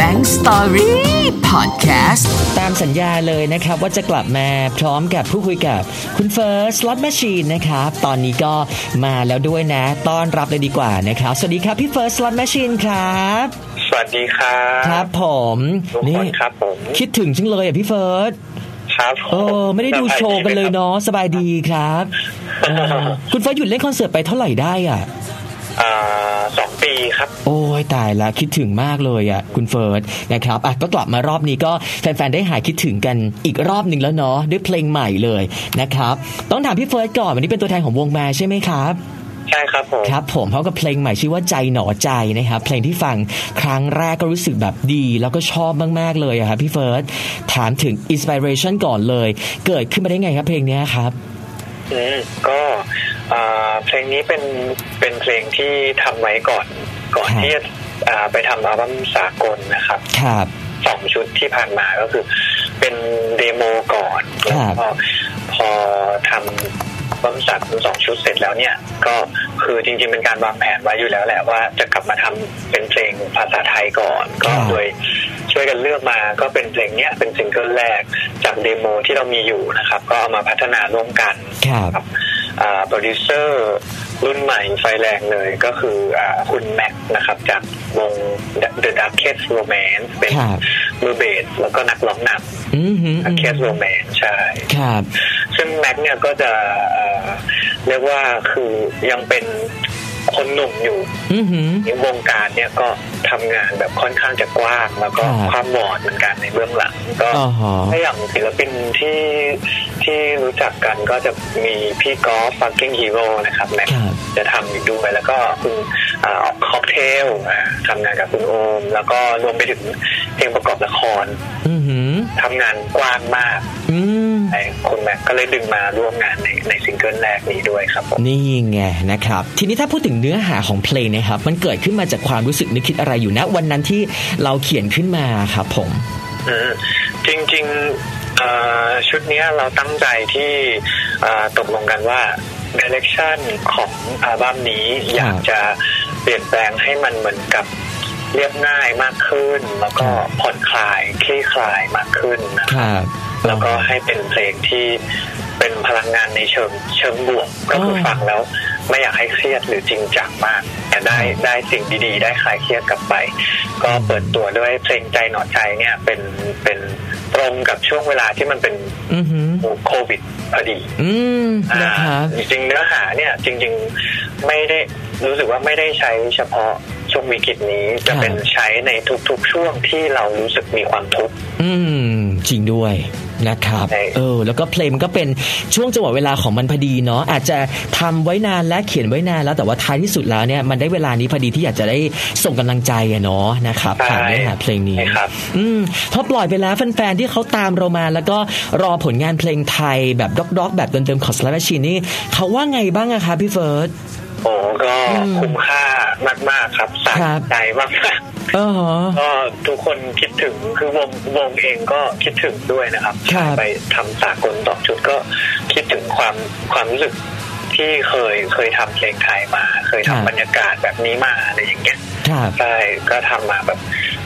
Bank Story Podcast ตามสัญญาเลยนะครับว่าจะกลับมาพร้อมกับผู้คุยกับคุณเฟิร์สล o t แมชชีนนะครับ ตอนนี้ก็มาแล้วด้วยนะต้อนรับเลยดีกว่านะครับ สวัสดีครับพี่เฟิร์สล o t แมชชีนครับ สวัสดีครั ครับ บ ผม ทุกคนครับผม คิดถึงจังเลยอ่ะพี่เฟิร์ส ครับผ เออไม่ได้ดูโชว์กันเลยเนาะสบายดีครับเออคุณเฟิร์สหยุดเล่นคอนเสิร์ตไปเท่าไหร่ได้อ่ะ อ่าสองปีครับ โอ้ยตายละคิดถึงมากเลยอ่ะคุณเฟิร์สนะครับอ่ะก็กลับมารอบนี้ก็แฟนๆได้หายคิดถึงกันอีกรอบหนึ่งแล้วเนาะด้วยเพลงใหม่เลยนะครับต้องถามพี่เฟิร์สก่อนวันนี้เป็นตัวแทนของวงแมร์ใช่ไหมครับ ใช่ครับผม ครับผมเขากับเพลงใหม่ชื่อว่าใจหนอใจนะครับเพลงที่ฟังครั้งแรกก็รู้สึกแบบดี แล้วก็ชอบมากๆเลยอะครับพี่เฟิร์สถามถึงอินสปิเรชันก่อนเลย เกิดขึ้นมาได้ไงครับเพลงเนี้ยครับ อืมก็อ่าเพลงนี้เป็นเป็นเพลงที่ทำไว้ก่อน ก่อน ครับ ที่จะอ่าไปทำอัลบั้มสากลนะครับ ครับ สองชุดที่ผ่านมาก็คือ เป็นเดโมก่อน ค แล้ว รับ ก็พอทำอัลบั้มสากลสองชุดเสร็จแล้วเนี่ย ก็คือจริงๆเป็นการวางแผนไว้อยู่แล้วแหละว่าจะกลับมาทำเป็นเพลงภาษาไทยก่อน ก็ ครับ โดยช่วยกันเลือกมาก็เป็นเพลงเนี้ยเป็นซิงเกิลแรกจากเดโมที่เรามีอยู่นะครับ ก็เอามาพัฒนาร่วมกัน ครับ กับโปรดิวเซอร์รุ่นใหม่ไฟแรงเลยก็คืออาคุณแม็กซ์นะครับ จากวง The Darkest Romance เป็น ครับ มือเบสแล้วก็นักร้องน อือหือ ำ อือหือ Darkest Romance ใช่ ครับ ซึ่งแม็กซ์เนี่ยก็จะเอ่อเรียกว่าคือยังเป็นคนหนุ่มอยู่ อือหือ ในวงการเนี่ยก็ทำงานแบบค่อนข้างจะกว้าง แล้วก็ ครับ ความหมอดเหมือนกันในเบื้องหลังก็ อ๋อฮะ ถ้าอย่างศิลปินที่ที่รู้จักกันก็จะมีพี่กอล์ฟฟังกิ้งฮีโร่นะครับแม็ก ครับ จะทำอยู่ด้วยแล้วก็คุณเอ่อค็อกเทลอ่าทำงานกับคุณโอม แล้วก็รวมไปถึงเพลงประกอบละคร อือหือ ทำงานกว้างมาก อืม ไอ้คุณแม็กก็เลยดึงมาร่วมงานในในซิงเกิลแรกนี้ด้วยครับผม นี่ไงนะครับ ทีนี้ถ้าพูดถึงเนื้อหาของเพลงนะครับ มันเกิดขึ้นมาจากความรู้สึกนึกคิดอะไรอยู่นะวันนั้นที่เราเขียนขึ้นมาครับผม อืมจริงๆเอ่อชุดเนี้ยเราตั้งใจที่เอ่อตกลงกันว่าเดเรคชันของอัลบั้มนี้อยากจะเปลี่ยนแปลงให้มันเหมือนกับเรียบง่ายมากขึ้น แล้วก็ ครับ ผ่อนคลายคลี่คลายมากขึ้นนะครับ แล้วก็ให้เป็นเพลงที่เป็นพลังงานในเชิงเชิงบวกก็คือ เออ ฟังแล้ว ไม่อยากให้เครียดหรือจริงจังมาก แต่ได้ได้สิ่งดีๆ ได้คลายเครียดกลับไป ก็เปิดตัวด้วยเพลงใจหนอใจเนี่ยเป็นเป็นตรงกับช่วงเวลาที่มันเป็น อือหือ โควิดพอดี อืม อ่า นะครับ จริงๆเนื้อหาเนี่ยจริงๆไม่ได้รู้สึกว่าไม่ได้ใช้เฉพาะช่วงวิกฤตนี้จะเป็นใช้ในทุกๆช่วงที่เรารู้สึกมีความทุกข์ อืมจริงด้วยนะครับ ใช่ เออ แล้วก็เพลงมันก็เป็นช่วงจังหวะเวลาของมันพอดีเนาะอาจจะทำไว้นานและเขียนไว้นานแล้วแต่ว่าท้ายที่สุดแล้วเนี่ยมันได้เวลานี้พอดีที่อยากจะได้ส่งกำลังใจอะเนาะนะครับผ่านเนื้อหาเพลงนี้ ใช่ครับ อืมพอปล่อยไปแล้วแฟนๆที่เขาตามเรามาแล้วก็รอผลงานเพลงไทยแบบด็อกๆ แบบเดิมๆของสลัมชีนี่เขาว่าไงบ้างอะคะพี่เฟิร์ส โอ้ก็ อืม คุ้มค่ามากๆครับสะ ครับ ใจมากๆ เออเหรอ ก็ทุกคนคิดถึงคือวงวงเองก็คิดถึงด้วยนะครับ ครับ ไปทำสากลต่อชุดก็คิดถึงความความรู้สึกที่เคยเคยทำเพลงไทยมา เคยทำบรรยากาศแบบนี้มาอะไรอย่างเงี้ย ครับ ใช่ก็ทำมาแบบ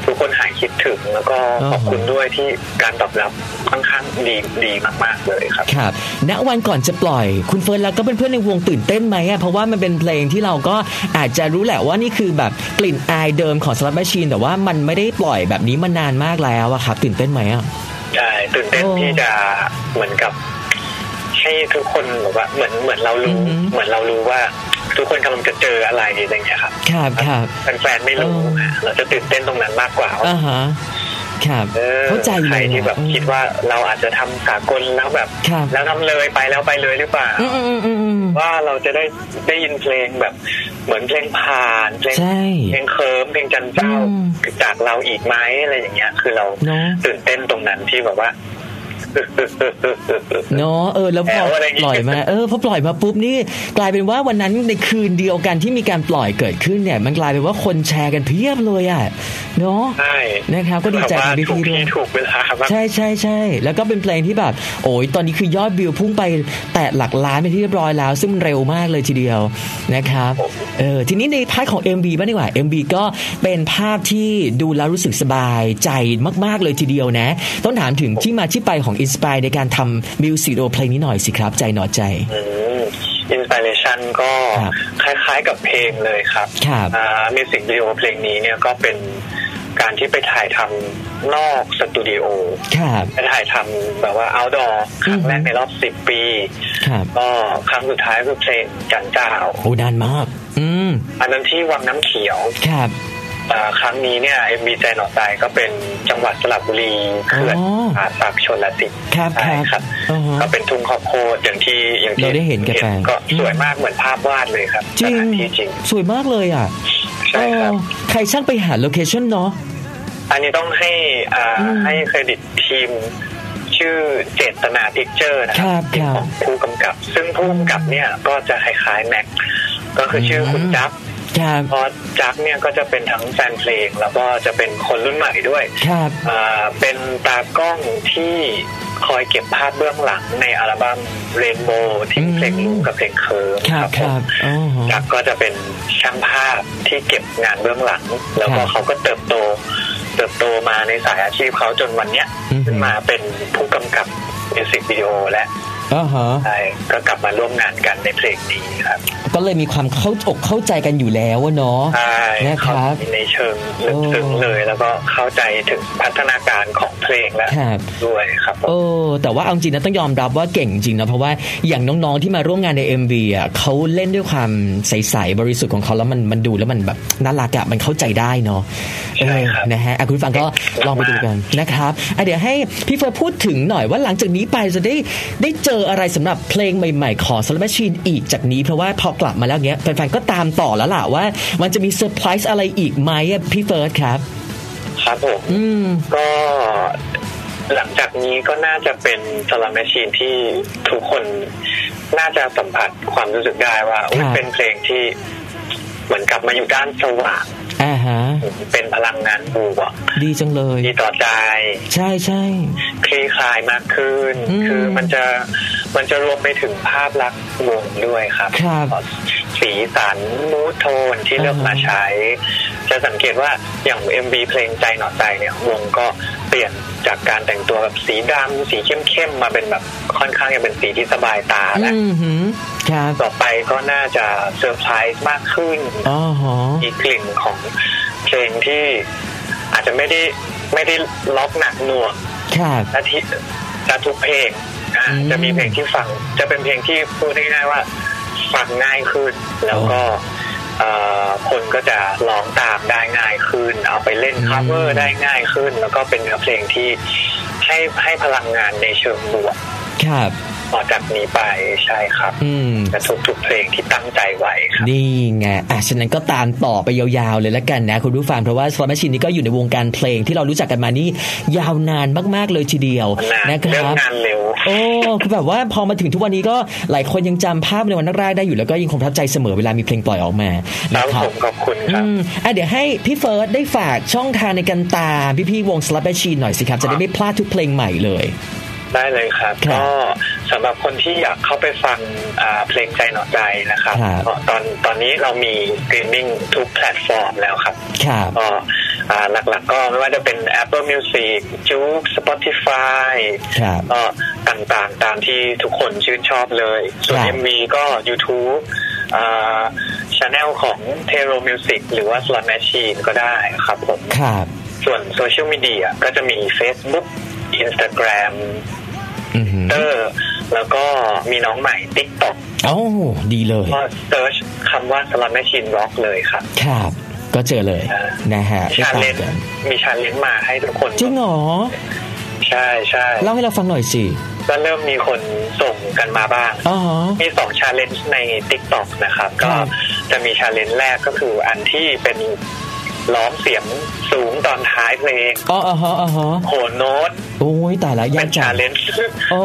ทุกคนหายคิดถึงแล้วก็ขอบคุณด้วยที่การตอบรับค่อนข้างดีดีมากๆเลยครับ ครับณวันก่อนจะปล่อยคุณเฟิร์นแล้วก็เป็นเพื่อนในวงตื่นเต้นไหมอะเพราะว่ามันเป็นเพลงที่เราก็อาจจะรู้แหละว่านี่คือแบบกลิ่นอายเดิมของสลัมชีนแต่ว่ามันไม่ได้ปล่อยแบบนี้มานานมากแล้วอะครับตื่นเต้นไหมอะ ใช่ตื่นเต้น โอ้ ที่จะเหมือนกับ ให้ทุกคนแบบว่าเหมือนเหมือนเรารู้ อือหือ เหมือนเรารู้ว่า ทุกคนกำลังจะเจออะไรอะไรอย่างเงี้ยครับ ครับครับ แฟนๆไม่รู้ อ๋อ เราจะตื่นเต้นตรงนั้นมากกว่า อ่าฮะครับ ออ เข้าใจ ใค เล ร ย ที่ อะ แบบคิดว่าเราอาจจะทำสากลแล้วแบบ ครับ แล้วทำเลยไปแล้วไปเลยหรือเปล่า อืมอืมอืมอืม ว่าเราจะได้ได้ยินเพลงแบบ เหมือนเพลงผ่านเพลง ใช่ เพลงเคิร์มเพลงจันเจ้า อืม จากเราอีกไหมอะไรอย่างเงี้ย คือเรา เนาะ ตื่นเต้นตรงนั้นที่แบบว่า เนาะเออแล้วพอ แอบอะไรอย่างงี้ ปล่อยมาเออพอปล่อยมาปุ๊บนี่กลายเป็นว่าวันนั้นในคืนเดียวกันที่มีการปล่อยเกิดขึ้นเนี่ย มันกลายเป็นว่าคนแชร์กันเพียบเลยอ่ะ เนาะ ใช่ นะครับก็ดีใจกับ ถูก พี่ๆด้ว ที่ ย ถูกเวลาบ้าง ใช่ใช่ใช่แล้วก็เป็นเพลงที่แบบโอ้ยตอนนี้คือยอดวิวพุ่งไปแตะหลักล้านเป็นที่เรียบร้อยแล้ว ซึ่งมันเร็วมากเลยทีเดียวนะครับ ผม เออทีนี้ในพาร์ทของ MV บ้างดีกว่า MV ก็เป็นภาพที่ดูแล้วรู้สึกสบายใจมากๆเลยทีเดียวนะ ต้องถามถึงที่มาที่ไปของอินสปายในการทำมิวสิกวิดีโอเพลงนี้หน่อยสิครับ ใจหนอใจ อินสปิเรชันก็ ครับ คล้ายๆกับเพลงเลยครับ ครับ มิวสิกวิดีโอเพลงนี้เนี่ยก็เป็นการที่ไปถ่ายทำนอกสตูดิโอ ครับ ไปถ่ายทำแบบว่า outdoor ครั้งแรก อือฮึ ในรอบสิบปี ครับ ก็ครั้งสุดท้ายคือเพลงจันเจ้า โอ้นานมาก อืม อันนั้นที่วังน้ำเขียว ครับ อ่าครั้งนี้เนี่ยเอ็มบีใจหนอตายก็เป็นจังหวัดสระบุรีเขื่อนป่าศักชนละติ ครับค ใช่ รับ ครับ อ๋อฮะ ก็เป็นทุ่งข้าวโพดอย่างที่อย่างที่ เราได้เห็นกับแปลง ก็สวยมากเหมือนภาพวาดเลยครับ จริ ส ง ถานที่จริง สวยมากเลยอ่ะ ใช่ครับ เออใครช่างไปหาโลเคชั่นเนาะ อันนี้ต้องให้อ่า อืม ให้เครดิตทีม ชื่อเจตนาพิกเจอร์นะค ครั รั บบ ครับ ของผู้กำกับ ซึ่งผู้กำกับเนี่ยก็จะคล้ายๆแม็กก็คือชื่ออ ม คุณจักร ครับ พอจักรเนี่ยก็จะเป็นทั้งแฟนเพลง แล้วก็จะเป็นคนรุ่นใหม่ด้วย ครับ อ่าเป็นตากล้องที่คอยเก็บภาพเบื้องหลังในอัลบั้มเรนโบว์ที่ อืม เพลงลูกกับเพลงเคิร์ ครับ ผ ค ม รับอ๋อฮะ จักรก็จะเป็นช่างภาพที่เก็บงานเบื้องหลัง แล้วคก็รับ เขาก็เติบโต เติบโตมาในสายอาชีพเขาจนวันเนี้ย อือฮึ ขึ้นมาเป็นผู้กำกับมิวสิกวิดีโอและ อ๋อฮะ ใช่ก็กลับมาร่วมงานกันในเพลงนี้ครับ ก็เลยมีความเข้าอกเข้าใจกันอยู่แล้วอะเนาะ ใช่ นะครั เขา บ ในเชิงลึกซึ้ง โอ้ เลยแล้วก็เข้าใจถึงพัฒนาการของเพลงและ ครับ ด้วยครับผม เออแต่ว่าเอาจริงนะต้องยอมรับว่าเก่งจริงนะเพราะว่าอย่างน้องๆที่มาร่วมงานใน MV อ่ะเขาเล่นด้วยความใสๆบริสุทธิ์ของเขาแล้วมันมันดูแล้วมันแบบน่ารักอะมันเข้าใจได้เนาะเอ ใช่ อ ครับ นะฮะอ่ะคุณผู้ฟังก็ลองไปดูกันนะครับอ่ะเดี๋ยวให้พี่เฟิร์นพูดถึงหน่อยว่าหลังจากนี้ไปจะได้ได้เจออะไรสำหรับเพลงใหม่ๆ ของสลัมชีนอีกจากนี้เพราะว่าพอกลับมาแล้วเงี้ยแฟนๆก็ตามต่อแล้วล่ะว่า มันจะมีเซอร์ไพรส์อะไรอีกไหมอะพี่เฟิร์สครับ ครับผม อืม ก็หลังจากนี้ก็น่าจะเป็นสลัมแมชชีนที่ทุกคนน่าจะสัมผัสความรู้สึกได้ว่าอุ๊ย ครับ เป็นเพลงที่เหมือนกลับมาอยู่ด้านสว่าง อ่าฮะ เป็นพลังงานบวก ดีจังเลย ดีต่อใจ ใช่ใช่ คลี่คลายมากขึ้น อืม คือมันจะมันจะรวมไปถึงภาพลักษณ์วงด้วยครับ ครับ สีสันมูทโทนที่เลือกมา อ่าฮะ ใช้ จะสังเกตว่าอย่าง MV เพลงใจหนอใจเนี่ยวงก็เปลี่ยนจากการแต่งตัวแบบสีดำสีเข้มๆมาเป็นแบบค่อนข้างจะเป็นสีที่สบายตาและ ืมหืมครับ ต่อไปก็น่าจะเซอร์ไพรส์มากขึ้น อ๋อฮะ มีกลิ่นของเพลงที่อาจจะไม่ได้ไม่ได้ล็อกหนักหน่วง ครับ และที่และทุกเพลงอ่ะ อืม จะมีเพลงที่ฟัง จะเป็นเพลงที่พูดง่ายๆว่า ฟังง่ายขึ้น แล้วก็เอ่อคนก็จะร้องตามได้ง่ายขึ้น เอาไปเล่น อืม cover ได้ง่ายขึ้น แล้วก็เป็นเนื้อเพลงที่ให้ให้พลังงานในเชิงบวก ครับ ต่อจากนี้ไปใช่ครับ อืม และทุกๆเพลงที่ตั้งใจไว้ครับ นี่ไง อ่ะ ฉะนั้นก็ตามต่อไปยาวๆเลยละกันนะ คุณผู้ฟัง เพราะว่าสลัมชินนี่ก็อยู่ในวงการเพลงที่เรารู้จักกันมานี่ ยาวนานมากๆเลยทีเดียว นะ นะค เริ่ม รับ งานเร็ว โอ้คือแบบว่าพอมาถึงทุกวันนี้ก็หลายคนยังจำภาพในวันแรกๆได้อยู่แล้วก็ยังคงประทับใจเสมอเวลามีเพลงปล่อยออกมา ครั นะ บ ครั ผ บ มขอบคุณอืครับ มอ่ะเดี๋ยวให้พี่เฟิร์สได้ฝากช่องทางในการตามพี่ๆวงสลับแมชชีนหน่อยสิครับ จะได้ไม่พลาดทุกเพลงใหม่เลย ได้เลยครับ ครับ ก็สำหรับคนที่อยากเข้าไปฟังอ่าเพลงใจหนอใจนะครับ ครับ ก็ตอนตอนนี้เรามีสตรีมมิ่งทุกแพลตฟอร์มแล้วครับ ครับ ก็อ่าหลักๆก็ไม่ว่าจะเป็น Apple Music j u k e Spotify ครับ ก็ต่างๆ ตามที่ทุกคนชื่นชอบเลย ส่วน ครับ MV ก็ YouTube ช n แนลของ t e r o Music หรือว่า Slot Machine ก็ได้ครับผม ครับ ส่วนโซเชียลมีเดียก็จะมี Facebook Instagram อือหือ เตอร์แล้วก็มีน้องใหม่ TikTok เอ้าดีเลย ก็เซิร์ชคำว่า Slot Machine Rock เลยครับ ครับ ก็เจอเลย เออ นะฮะ ชา ได้ เล ตาม น กัน มีชาเลนมาให้ทุกคน จริงเหรอ ใช่ใช่ เล่าให้เราฟังหน่อยสิ ก็เริ่มมีคนส่งกันมาบ้าง อ๋อ มีสองชาเลนจ์ใน TikTok นะครับ ครั ก็ บ จะมีชาเลนจ์แรกก็คืออันที่เป็น ร้องเสียงสูงตอนท้ายเพลง อ๋ออ๋อฮะอ๋อฮะ โหนโน้ต โอ้ยแต่ละยา เป็ ก น จั ชาง เล นจ์ อ๋อ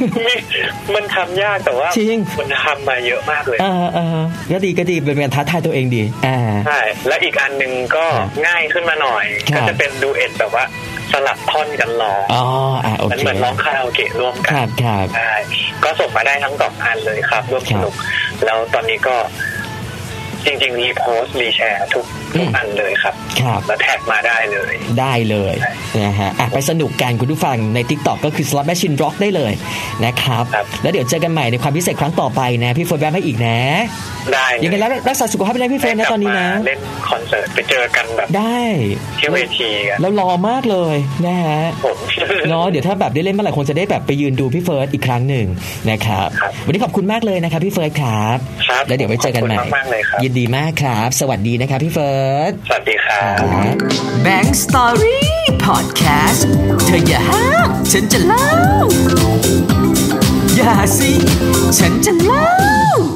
มีมันทำยากแต่ว่า จริง มันทำมาเยอะมากเลย อ่าอ่าก็ดีก็ดีเป็นการท้าทายตัวเองดีอ่า ใช่ และอีกอันหนึ่งก็ ครับ ง่ายขึ้นมาหน่อย ครั ก็ บ จะเป็นดูเอ็ดแบบว่าสลับท่อนกันร้อง อ๋ออ่าโอ มัน เค เหมือนร้องคาราโอเกะร่วม ค กั รั น บครับ ใช่ก็ส่งมาได้ทั้งสองอันเลยครับร่วมสนุก แล้วตอนนี้ก็จริงๆรีโพสต์รีแชร์ทุก อืม ทุกอันเลยครับ ครับ แล้วแท็กมาได้เลย ได้เลยนะฮะอ่ะไปสนุกกันคุณผู้ฟังใน t ิ k t o k ก็คือ Slot Machine Rock ได้เลยนะครับ ครับ แล้วเดี๋ยวเจอกันใหม่ในความพิเศษครั้งต่อไปนะ พี่เฟิร์นแวะมาอีกนะ ได้เล ยังไงแล้วรักษาสุขภาพไปเลยพี่เฟิร์นนะ ได้กลับ ตอนนี้นะ มาเล่นคอนเสิร์ตไปเจอกันแบบ ได้ ที่เวทีกัน แล้วรอมากเลยนะฮะ ผม เนาะเดี๋ยวถ้าแบบได้เล่นเมื่อไหร่คงจะได้แบบไปยืนดูพี่เฟิร์สอีกครั้งหนึ่งนะครับวันนี้ขอบคุณมากเลยนะครับพี่เฟิร์สครับ ครับ แล้วเดี๋ยวไว้เจอกันใหม่ ขบคุณมากๆเลยครับ ยินดีมากครับ สวัสดีนะครับพี่เฟิร์ส สวัสดีครับ ครับ Bang Story Podcast เธออย่าห้ามฉันจะเล่า อย่าสิ ฉันจะเล่า